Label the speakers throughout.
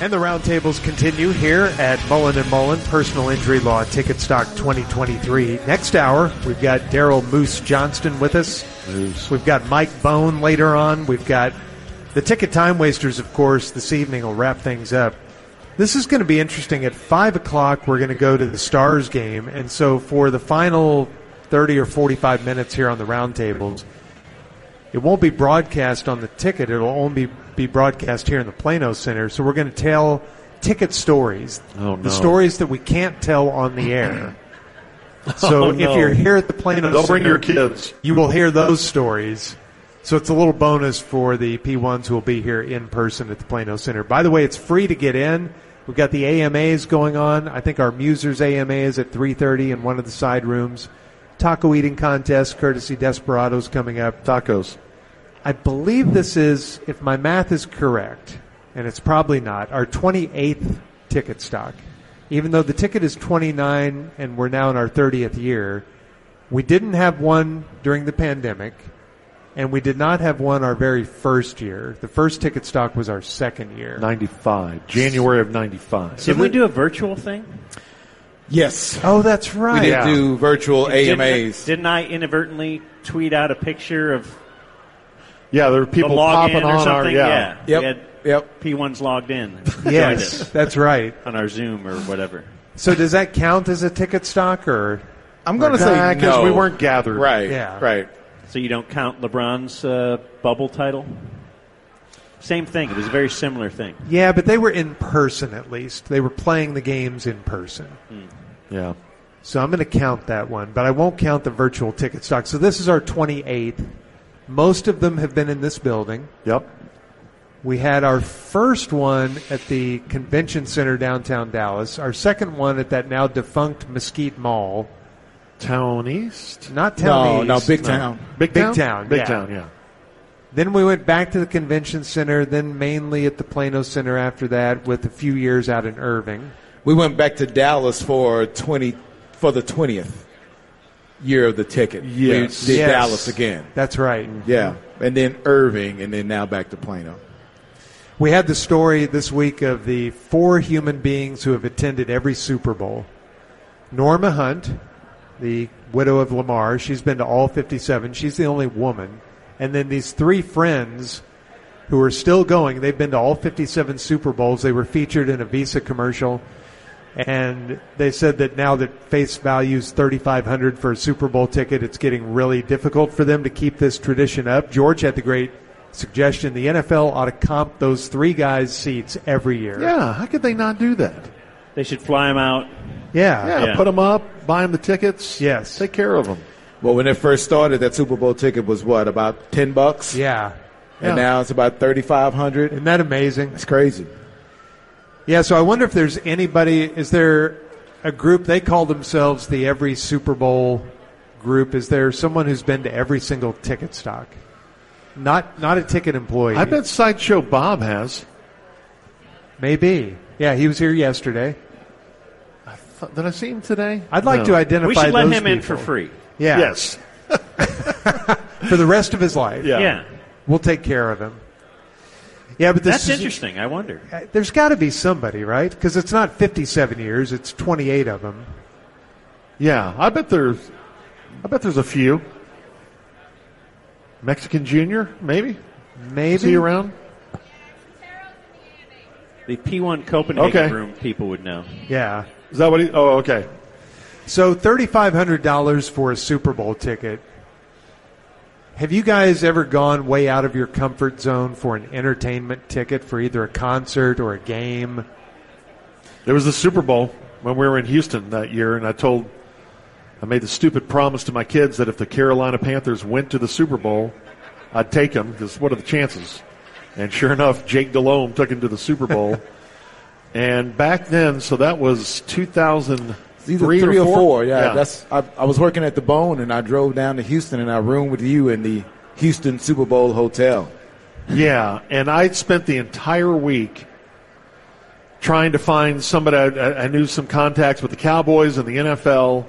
Speaker 1: And the roundtables continue here at Mullen and Mullen Personal Injury Law Ticket Stock 2023. Next hour, we've got Daryl Moose Johnston with us.
Speaker 2: Moose.
Speaker 1: We've got Mike Bone later on. We've got the Ticket Time Wasters, of course. This evening will wrap things up. This is going to be interesting. At five o'clock, we're going to go to the Stars game, and so for the final thirty or forty-five minutes here on the roundtables, it won't be broadcast on the ticket. It'll only be, be broadcast here in the Plano Center. So we're going to tell ticket stories.
Speaker 2: Oh, no.
Speaker 1: The stories that we can't tell on the air. So
Speaker 2: Oh,
Speaker 1: if
Speaker 2: no.
Speaker 1: you're here at the Plano
Speaker 2: Don't bring
Speaker 1: Center,
Speaker 2: your kids.
Speaker 1: you will hear those stories. So it's a little bonus for the P1s who will be here in person at the Plano Center. By the way, it's free to get in. We've got the AMAs going on. I think our Musers AMA is at 3.30 in one of the side rooms. Taco eating contest, courtesy Desperados coming up.
Speaker 2: Tacos.
Speaker 1: I believe this is, if my math is correct, and it's probably not, our 28th ticket stock. Even though the ticket is 29 and we're now in our 30th year, we didn't have one during the pandemic, and we did not have one our very first year. The first ticket stock was our second year.
Speaker 2: 95. January of 95.
Speaker 3: Did we do a virtual thing?
Speaker 4: Yes.
Speaker 1: Oh, that's
Speaker 4: We
Speaker 1: right.
Speaker 4: did
Speaker 2: Yeah.
Speaker 4: do virtual
Speaker 3: Didn't-
Speaker 4: AMAs.
Speaker 3: Didn't I inadvertently tweet out a picture of
Speaker 2: yeah, there were
Speaker 3: the
Speaker 2: people
Speaker 3: login
Speaker 2: popping
Speaker 3: or
Speaker 2: on
Speaker 3: something?
Speaker 2: our.
Speaker 3: yeah.
Speaker 2: Yeah.
Speaker 3: We had
Speaker 4: Yep. Yep.
Speaker 3: P1's logged in. Joined
Speaker 1: Yes,
Speaker 3: us
Speaker 1: that's right.
Speaker 3: on our Zoom or whatever.
Speaker 1: So does that count as a ticket stock or?
Speaker 4: I'm going to
Speaker 2: Nah,
Speaker 4: say
Speaker 2: uh, 'cause
Speaker 4: no.
Speaker 2: we weren't gathered.
Speaker 4: Right.
Speaker 1: Yeah.
Speaker 4: Right.
Speaker 3: So you don't count LeBron's uh, bubble title? Same thing. It was a very similar thing.
Speaker 1: Yeah, but they were in person at least. They were playing the games in person.
Speaker 2: Yeah.
Speaker 1: So I'm going to count that one, but I won't count the virtual ticket stock. So this is our 28th. Most of them have been in this building.
Speaker 2: Yep.
Speaker 1: We had our first one at the convention center downtown Dallas, our second one at that now defunct Mesquite Mall,
Speaker 2: Town East.
Speaker 1: not
Speaker 4: No,
Speaker 1: town
Speaker 4: no,
Speaker 1: East.
Speaker 4: big town.
Speaker 2: Big
Speaker 1: Big
Speaker 2: Town.
Speaker 1: Town,
Speaker 2: Big
Speaker 1: yeah.
Speaker 2: Town. Yeah.
Speaker 1: Then we went back to the convention center, then mainly at the Plano Center after that with a few years out in Irving.
Speaker 4: We went back to Dallas for 20 for the 20th year of the ticket.
Speaker 2: Yes.
Speaker 4: We did
Speaker 1: Yes.
Speaker 4: Dallas again.
Speaker 1: That's right.
Speaker 4: Yeah. And then Irving and then now back to Plano.
Speaker 1: We had the story this week of the four human beings who have attended every Super Bowl. Norma Hunt, the widow of Lamar, she's been to all 57. She's the only woman. And then these three friends who are still going, they've been to all 57 Super Bowls. They were featured in a Visa commercial. And they said that now that face values 3500 for a Super Bowl ticket, it's getting really difficult for them to keep this tradition up. George had the great suggestion the NFL ought to comp those three guys' seats every year.
Speaker 2: Yeah. How could they not do that?
Speaker 3: They should fly him out.
Speaker 1: Yeah.
Speaker 2: Yeah.
Speaker 3: Yeah.
Speaker 2: Put them up. Buy them the tickets.
Speaker 1: Yes.
Speaker 2: Take care of them.
Speaker 4: Well, when it first started, that Super Bowl ticket was what about ten bucks,
Speaker 1: Yeah.
Speaker 4: and
Speaker 2: Yeah.
Speaker 4: now it's about thirty five hundred.
Speaker 1: Isn't that amazing?
Speaker 4: It's crazy.
Speaker 1: Yeah, so I wonder if there's anybody, is there a group, they call themselves the Every Super Bowl group. Is there someone who's been to every single ticket stock? Not, not a ticket employee.
Speaker 2: I bet Sideshow Bob has.
Speaker 1: Maybe. Yeah, he was here yesterday.
Speaker 2: Th- Did I see him today?
Speaker 1: I'd like
Speaker 2: No.
Speaker 1: to identify
Speaker 3: We should let him
Speaker 1: those
Speaker 3: in for
Speaker 1: people.
Speaker 3: free.
Speaker 1: Yeah.
Speaker 2: Yes.
Speaker 1: For the rest of his life.
Speaker 2: Yeah.
Speaker 3: Yeah.
Speaker 1: We'll take care of him. Yeah, but this
Speaker 3: That's
Speaker 1: is,
Speaker 3: interesting. I wonder.
Speaker 1: uh, There's got to be somebody, right? Because it's not 57 years; it's 28 of them.
Speaker 2: Yeah. I bet there's. I bet there's a few. Mexican Junior, maybe.
Speaker 1: Maybe.
Speaker 2: Is he around?
Speaker 3: The P1 Copenhagen
Speaker 2: Okay.
Speaker 3: room people would know.
Speaker 1: Yeah.
Speaker 2: Is that what he? Oh, okay.
Speaker 1: So thirty-five hundred dollars for a Super Bowl ticket. Have you guys ever gone way out of your comfort zone for an entertainment ticket for either a concert or a game?
Speaker 2: There was the Super Bowl when we were in Houston that year, and I told, I made the stupid promise to my kids that if the Carolina Panthers went to the Super Bowl, I'd take them because what are the chances? And sure enough, Jake Delhomme took him to the Super Bowl. and back then, so that was 2003
Speaker 4: It's either three, or four. Yeah,
Speaker 2: yeah.
Speaker 4: that's. I, I was working at the Bone, and I drove down to Houston, and I roomed with you in the Houston Super Bowl hotel.
Speaker 2: Yeah, and I spent the entire week trying to find somebody. I, I knew some contacts with the Cowboys and the NFL,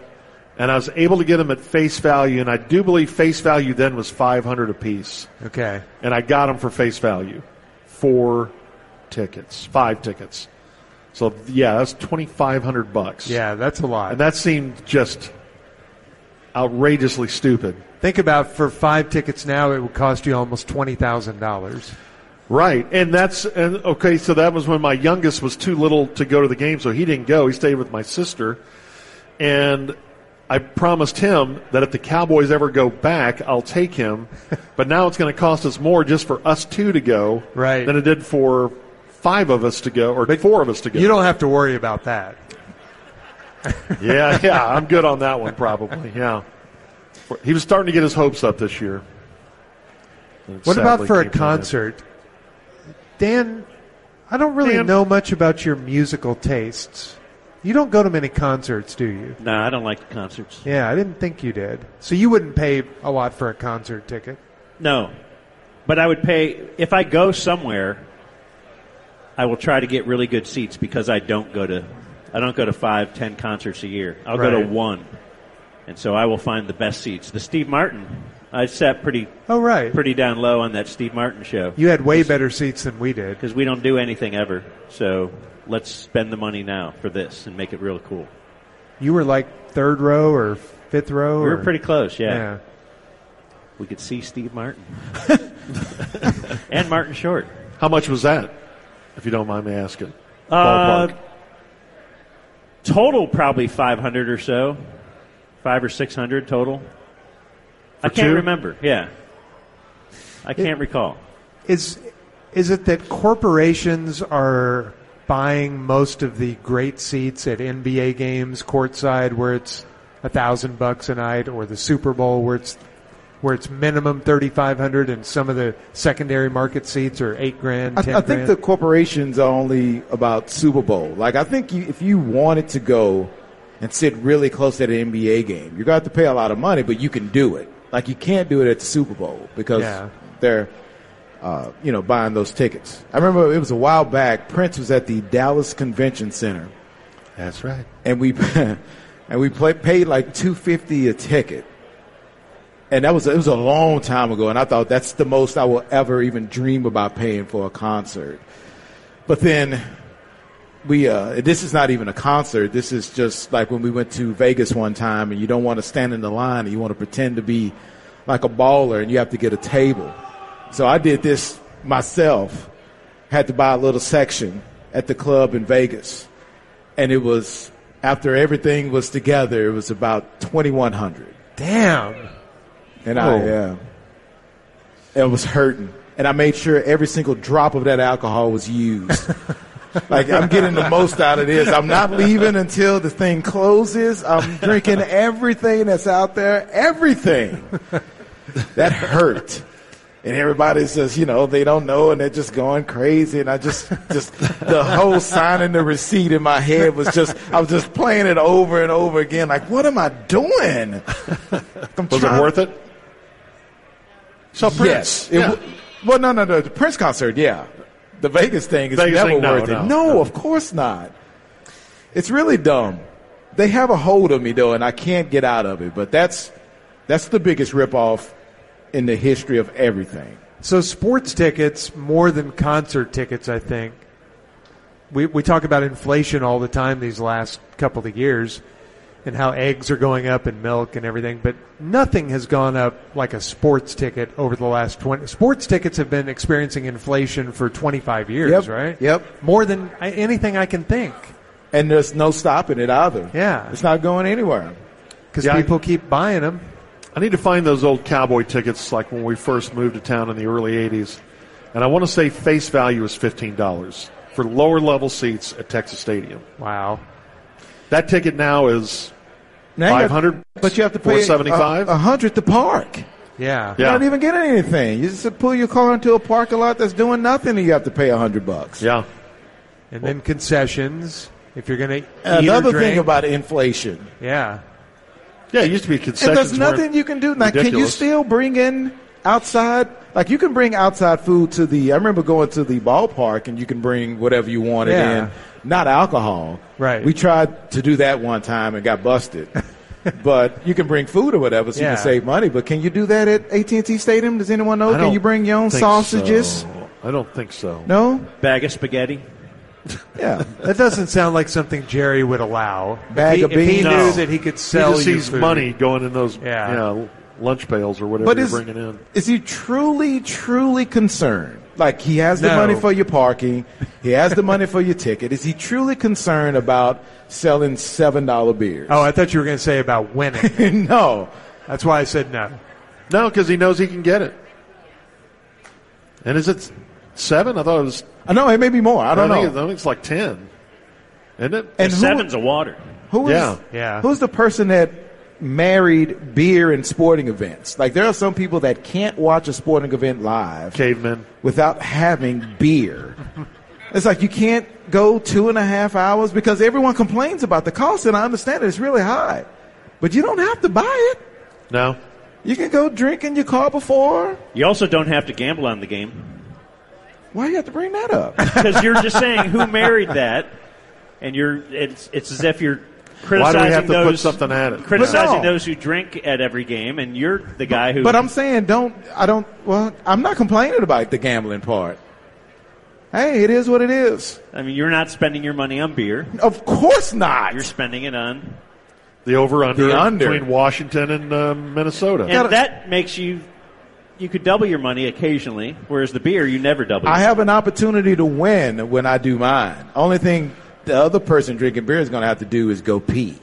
Speaker 2: and I was able to get them at face value. And I do believe face value then was five hundred apiece,
Speaker 1: Okay.
Speaker 2: and I got them for face value for tickets, five tickets. So yeah, that's twenty five hundred bucks.
Speaker 1: Yeah, that's a lot.
Speaker 2: and that seemed just outrageously stupid.
Speaker 1: Think about for five tickets now, it would cost you almost twenty thousand dollars.
Speaker 2: Right, and that's and okay. So that was when my youngest was too little to go to the game, so he didn't go. He stayed with my sister, and I promised him that if the Cowboys ever go back, I'll take him. but now it's going to cost us more just for us two to go,
Speaker 1: Right.
Speaker 2: than it did for five of us to go or four of us to go.
Speaker 1: You don't have to worry about that.
Speaker 2: yeah, yeah, I'm good on that one probably. Yeah, he was starting to get his hopes up this year. And it
Speaker 1: What
Speaker 2: sadly
Speaker 1: about for a
Speaker 2: came to an end.
Speaker 1: concert? Dan, I don't really
Speaker 2: Dan.
Speaker 1: know much about your musical tastes. You don't go to many concerts, do you?
Speaker 3: No, I don't like concerts.
Speaker 1: Yeah, I didn't think you did. So you wouldn't pay a lot for a concert ticket.
Speaker 3: No. But I would pay, if I go somewhere, I will try to get really good seats because I don't go to, I don't go to five, ten concerts a year. I'll go to
Speaker 1: Right.
Speaker 3: one. And so I will find the best seats. The Steve Martin, I sat pretty,
Speaker 1: Oh, right.
Speaker 3: pretty down low on that Steve Martin show
Speaker 1: You had way better seats than we did.
Speaker 3: because we don't do anything ever. So let's spend the money now for this and make it real cool.
Speaker 1: You were like third row or fifth row.
Speaker 3: We were
Speaker 1: or-
Speaker 3: pretty close, yeah.
Speaker 1: Yeah.
Speaker 3: We could see Steve Martin and Martin Short.
Speaker 2: How much was that? If you don't mind me asking.
Speaker 3: Uh,
Speaker 2: Ballpark.
Speaker 3: total probably 500 or so, five or 600 total. I can't
Speaker 2: two?
Speaker 3: remember. Yeah, I can't recall.
Speaker 1: Is is it that corporations are buying most of the great seats at NBA games courtside where it's a thousand bucks a night or the Super Bowl where it's where it's minimum thirty five hundred and some of the secondary market seats are eight grand,
Speaker 4: I,
Speaker 1: ten
Speaker 4: I think
Speaker 1: grand.
Speaker 4: the corporations are only about Super Bowl. Like, I think you, if you wanted to go and sit really close at an NBA game, you're going to have to pay a lot of money, but you can do it. Like, you can't do it at the Super Bowl because
Speaker 1: Yeah.
Speaker 4: they're, uh, you know, buying those tickets. I remember it was a while back. Prince was at the Dallas Convention Center,
Speaker 2: That's right.
Speaker 4: and we and we play, paid like two fifty a ticket, and that was it was a long time ago. And I thought that's the most I will ever even dream about paying for a concert. But then we uh, this is not even a concert. This is just like when we went to Vegas one time, and you don't want to stand in the line, and you want to pretend to be like a baller, and you have to get a table. So I did this myself. Had to buy a little section at the club in Vegas and it was after everything was together, it was about twenty one hundred.
Speaker 1: Damn.
Speaker 4: And
Speaker 2: Oh.
Speaker 4: I yeah, it was hurting. And I made sure every single drop of that alcohol was used. like I'm getting the most out of this. I'm not leaving until the thing closes. I'm drinking everything that's out there. Everything. That hurt. And everybody's just, you know, they don't know and they're just going crazy. And I just, just, the whole signing the receipt in my head was just, I was just playing it over and over again. Like, what am I doing? I'm
Speaker 2: Was it
Speaker 4: trying-
Speaker 2: worth it? So Prince.
Speaker 4: Yes. It w- well, no, no, no. The Prince concert, yeah. The Vegas thing is
Speaker 2: Vegas
Speaker 4: never
Speaker 2: thing, no,
Speaker 4: worth
Speaker 2: no,
Speaker 4: it.
Speaker 2: no.
Speaker 4: of course not. It's really dumb. They have a hold of me though, and I can't get out of it. But that's that's the biggest ripoff in the history of everything.
Speaker 1: So sports tickets more than concert tickets, I think. We we talk about inflation all the time these last couple of years and how eggs are going up and milk and everything, but nothing has gone up like a sports ticket over the last 20 sports tickets have been experiencing inflation for 25 years,
Speaker 4: Yep,
Speaker 1: right?
Speaker 4: yep.
Speaker 1: More than I- anything I can think
Speaker 4: And there's no stopping it either.
Speaker 1: Yeah.
Speaker 4: it's not going anywhere.
Speaker 1: cuz
Speaker 2: Yeah, I-
Speaker 1: people keep buying them.
Speaker 2: I need to find those old cowboy tickets like when we first moved to town in the early 80s. And I want to say face value is $15 for lower level seats at Texas Stadium.
Speaker 1: Wow.
Speaker 2: That ticket now is
Speaker 4: Now you have-
Speaker 2: 500,
Speaker 4: but you have to pay
Speaker 2: 475?
Speaker 4: a, a hundred to park.
Speaker 1: Yeah.
Speaker 2: Yeah.
Speaker 4: You're not even getting anything. You just pull your car into a parking lot that's doing nothing, and you have to pay a hundred bucks.
Speaker 2: yeah.
Speaker 1: And then concessions if you're going to
Speaker 4: Another
Speaker 1: drink,
Speaker 4: thing about inflation.
Speaker 1: Yeah.
Speaker 2: Yeah, it used to be
Speaker 4: And
Speaker 2: concessions.
Speaker 4: there's nothing
Speaker 2: weren't-
Speaker 4: you can do. Like, can you
Speaker 2: ridiculous.
Speaker 4: still bring in outside? Like, you can bring outside food to the. I remember going to the ballpark, and you can bring whatever you wanted
Speaker 1: Yeah.
Speaker 4: in, not alcohol.
Speaker 1: Right.
Speaker 4: We tried to do that one time and got busted. but you can bring food or whatever, so you
Speaker 1: Yeah.
Speaker 4: can save money. But can you do that at AT&T Stadium? Does anyone know?
Speaker 2: I
Speaker 4: Can
Speaker 2: don't
Speaker 4: you bring your own
Speaker 2: think
Speaker 4: sausages?
Speaker 2: so. I don't think so.
Speaker 4: No?
Speaker 3: Bag of spaghetti.
Speaker 4: Yeah.
Speaker 1: That doesn't sound like something Jerry would allow. if
Speaker 4: Bag
Speaker 1: he,
Speaker 4: of
Speaker 1: if he
Speaker 4: beans.
Speaker 1: knew
Speaker 2: No.
Speaker 1: that he could
Speaker 2: He
Speaker 1: sell
Speaker 2: just
Speaker 1: you
Speaker 2: sees
Speaker 1: food.
Speaker 2: money going in those
Speaker 1: Yeah.
Speaker 2: you know, lunch pails or whatever
Speaker 4: But
Speaker 2: you're
Speaker 4: is,
Speaker 2: bringing in.
Speaker 4: is he truly, truly concerned? Like he has the
Speaker 1: No.
Speaker 4: money for your parking, he has the money for your ticket. Is he truly concerned about selling seven dollar beers?
Speaker 1: Oh, I thought you were going to say about winning.
Speaker 4: no.
Speaker 1: That's why I said no.
Speaker 2: No, because he knows he can get it. And is it seven? I thought it was.
Speaker 4: I know it may be more. I don't
Speaker 2: think, it's-
Speaker 4: know.
Speaker 2: I think it's like ten, isn't it?
Speaker 4: And who-
Speaker 3: Seven's of water.
Speaker 4: Who is
Speaker 2: Yeah.
Speaker 1: Yeah.
Speaker 4: who's the person that married beer and sporting events? Like there are some people that can't watch a sporting event live
Speaker 2: Cavemen.
Speaker 4: without having beer. It's like you can't go two and a half hours because everyone complains about the cost, and I understand it. it's really high, but you don't have to buy it.
Speaker 2: No,
Speaker 4: You can go drink in your car before.
Speaker 3: You also don't have to gamble on the game
Speaker 4: Why do you have to bring that up?
Speaker 3: because you're just saying who married that, and you're it's it's as if you're
Speaker 2: Why
Speaker 3: criticizing
Speaker 2: do we have to
Speaker 3: those
Speaker 2: put something at it?
Speaker 3: criticizing
Speaker 4: But no.
Speaker 3: those who drink at every game, and you're the guy who.
Speaker 4: But I'm saying don't. I don't. Well, I'm not complaining about the gambling part. Hey, it is what it is.
Speaker 3: I mean, you're not spending your money on beer.
Speaker 4: Of course not.
Speaker 3: You're spending it on,
Speaker 2: The over under
Speaker 4: The under.
Speaker 2: between Washington and uh, Minnesota.
Speaker 3: and that makes you. You could double your money occasionally, whereas the beer you never double.
Speaker 4: I
Speaker 3: your-
Speaker 4: have an opportunity to win when I do mine. Only thing the other person drinking beer is going to have to do is go pee.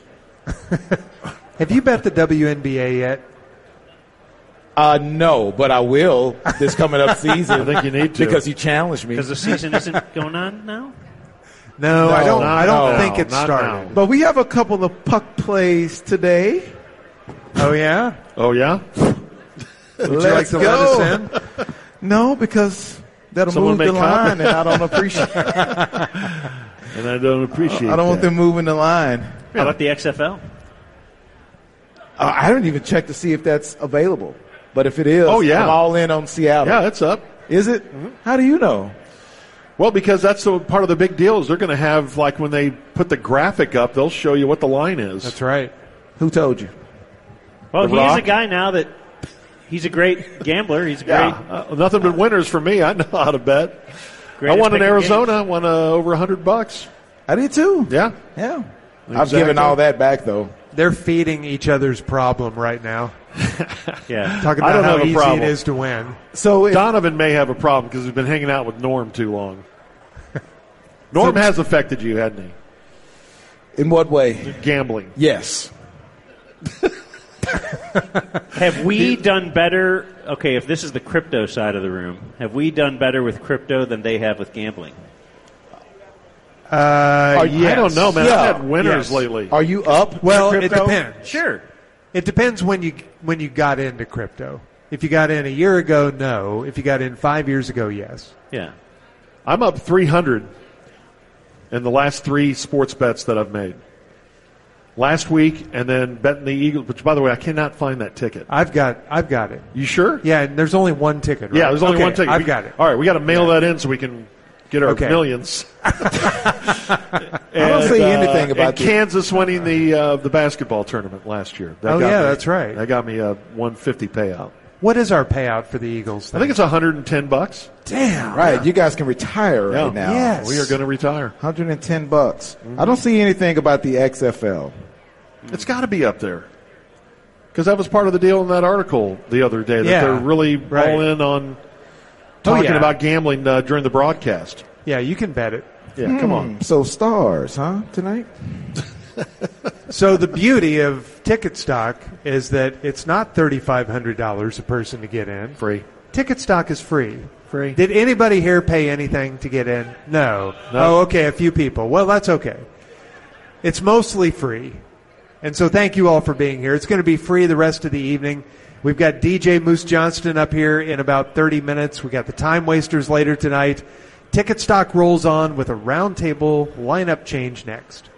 Speaker 1: Have you bet the WNBA yet?
Speaker 4: Uh, no, but I will this coming up season.
Speaker 2: I think you need to.
Speaker 4: because you challenged me.
Speaker 3: because the season isn't going on now.
Speaker 1: No, I don't.
Speaker 4: No,
Speaker 1: I don't
Speaker 2: no,
Speaker 1: think it
Speaker 2: not
Speaker 1: started.
Speaker 4: But we have a couple of puck plays today.
Speaker 1: Oh yeah.
Speaker 2: oh yeah,
Speaker 1: Would you like
Speaker 4: Let's
Speaker 1: to
Speaker 4: go.
Speaker 1: let us in?
Speaker 4: No, because that'll
Speaker 2: Someone
Speaker 4: move the
Speaker 2: make
Speaker 4: line, and I don't appreciate. I
Speaker 2: and I don't appreciate.
Speaker 4: don't want
Speaker 2: that.
Speaker 4: them moving the line.
Speaker 3: How about the XFL?
Speaker 4: Uh, I don't even check to see if that's available. But if it is,
Speaker 2: Oh, yeah.
Speaker 4: I'm all in on Seattle.
Speaker 2: Yeah, Mm-hmm. it's up.
Speaker 4: Is it? How do you know?
Speaker 2: Well, because that's the part of the big deal is they're going to have like when they put the graphic up, they'll show you what the line is.
Speaker 1: That's right.
Speaker 4: Who told you?
Speaker 2: The
Speaker 3: Well, he is a
Speaker 2: Rock?
Speaker 3: guy now that he's a great gambler. He's a great.
Speaker 2: Yeah, uh, nothing but winners for me. I know how to bet.
Speaker 3: great
Speaker 2: I
Speaker 3: at
Speaker 2: won in
Speaker 3: picking
Speaker 2: Arizona.
Speaker 3: games.
Speaker 2: I won uh, over hundred bucks.
Speaker 4: I did too.
Speaker 2: Yeah,
Speaker 4: Yeah. I've
Speaker 2: Exactly.
Speaker 4: given all that back though.
Speaker 1: They're feeding each other's problem right now.
Speaker 3: Yeah.
Speaker 1: Talking
Speaker 2: I
Speaker 1: about
Speaker 2: don't
Speaker 1: how
Speaker 2: have a
Speaker 1: easy
Speaker 2: problem.
Speaker 1: it is to win.
Speaker 4: So if,
Speaker 2: Donovan may have a problem because he's been hanging out with Norm too long. Norm
Speaker 4: So-
Speaker 2: has affected you, hadn't
Speaker 4: in what way?
Speaker 2: he? Gambling.
Speaker 4: Yes.
Speaker 3: Have we done better? Okay, if this is the crypto side of the room, have we done better with crypto than they have with gambling?
Speaker 1: Uh,
Speaker 2: I don't know, man.
Speaker 4: Yeah.
Speaker 2: I've had winners
Speaker 1: Yes.
Speaker 2: lately.
Speaker 4: Are you up?
Speaker 1: Well,
Speaker 4: in
Speaker 1: it
Speaker 4: crypto?
Speaker 1: depends.
Speaker 3: Sure.
Speaker 1: It depends when you when you got into crypto. If you got in a year ago, no. If you got in five years ago, yes.
Speaker 3: Yeah.
Speaker 2: I'm up 300 in the last three sports bets that I've made. Last week, and then betting the Eagles. Which, by the way, I cannot find that ticket.
Speaker 1: I've got I've got it.
Speaker 2: You sure?
Speaker 1: Yeah, and there's only one ticket. Right?
Speaker 2: Yeah, there's only
Speaker 1: Okay,
Speaker 2: one ticket.
Speaker 1: I've
Speaker 2: We-
Speaker 1: got it.
Speaker 2: All right, we got to mail that in so we can get our
Speaker 1: Okay.
Speaker 2: millions.
Speaker 4: I don't
Speaker 2: And,
Speaker 4: say
Speaker 2: uh,
Speaker 4: anything about
Speaker 2: and
Speaker 4: this.
Speaker 2: Kansas winning the uh, the basketball tournament last year. That
Speaker 1: Oh,
Speaker 2: got
Speaker 1: yeah,
Speaker 2: me-
Speaker 1: that's right.
Speaker 2: That got me a 150 payout.
Speaker 1: What is our payout for the Eagles?
Speaker 2: I think it's 110 bucks.
Speaker 1: damn.
Speaker 4: Right, you guys can retire
Speaker 2: Yeah.
Speaker 4: right now.
Speaker 1: Yes.
Speaker 2: We are going to retire.
Speaker 4: 110 bucks. I don't see anything about the XFL.
Speaker 2: It's got to be up there. Because that was part of the deal in that article the other day that
Speaker 1: Yeah,
Speaker 2: they're really
Speaker 1: right. Oh,
Speaker 2: all in on talking
Speaker 1: yeah.
Speaker 2: about gambling uh, during the broadcast.
Speaker 1: Yeah, you can bet it.
Speaker 2: Yeah, come on.
Speaker 4: So stars, huh? Tonight?
Speaker 1: So the beauty of ticket stock is that it's not thirty five hundred dollars a person to get in.
Speaker 2: Free.
Speaker 1: Ticket stock is free.
Speaker 2: Free.
Speaker 1: Did anybody here pay anything to get in? No.
Speaker 2: No.
Speaker 1: Oh, okay, a few people. Well, that's okay. It's mostly free. And so thank you all for being here. It's going to be free the rest of the evening. We've got DJ Moose Johnston up here in about 30 minutes. We got the time wasters later tonight. Ticket stock rolls on with a roundtable lineup change next.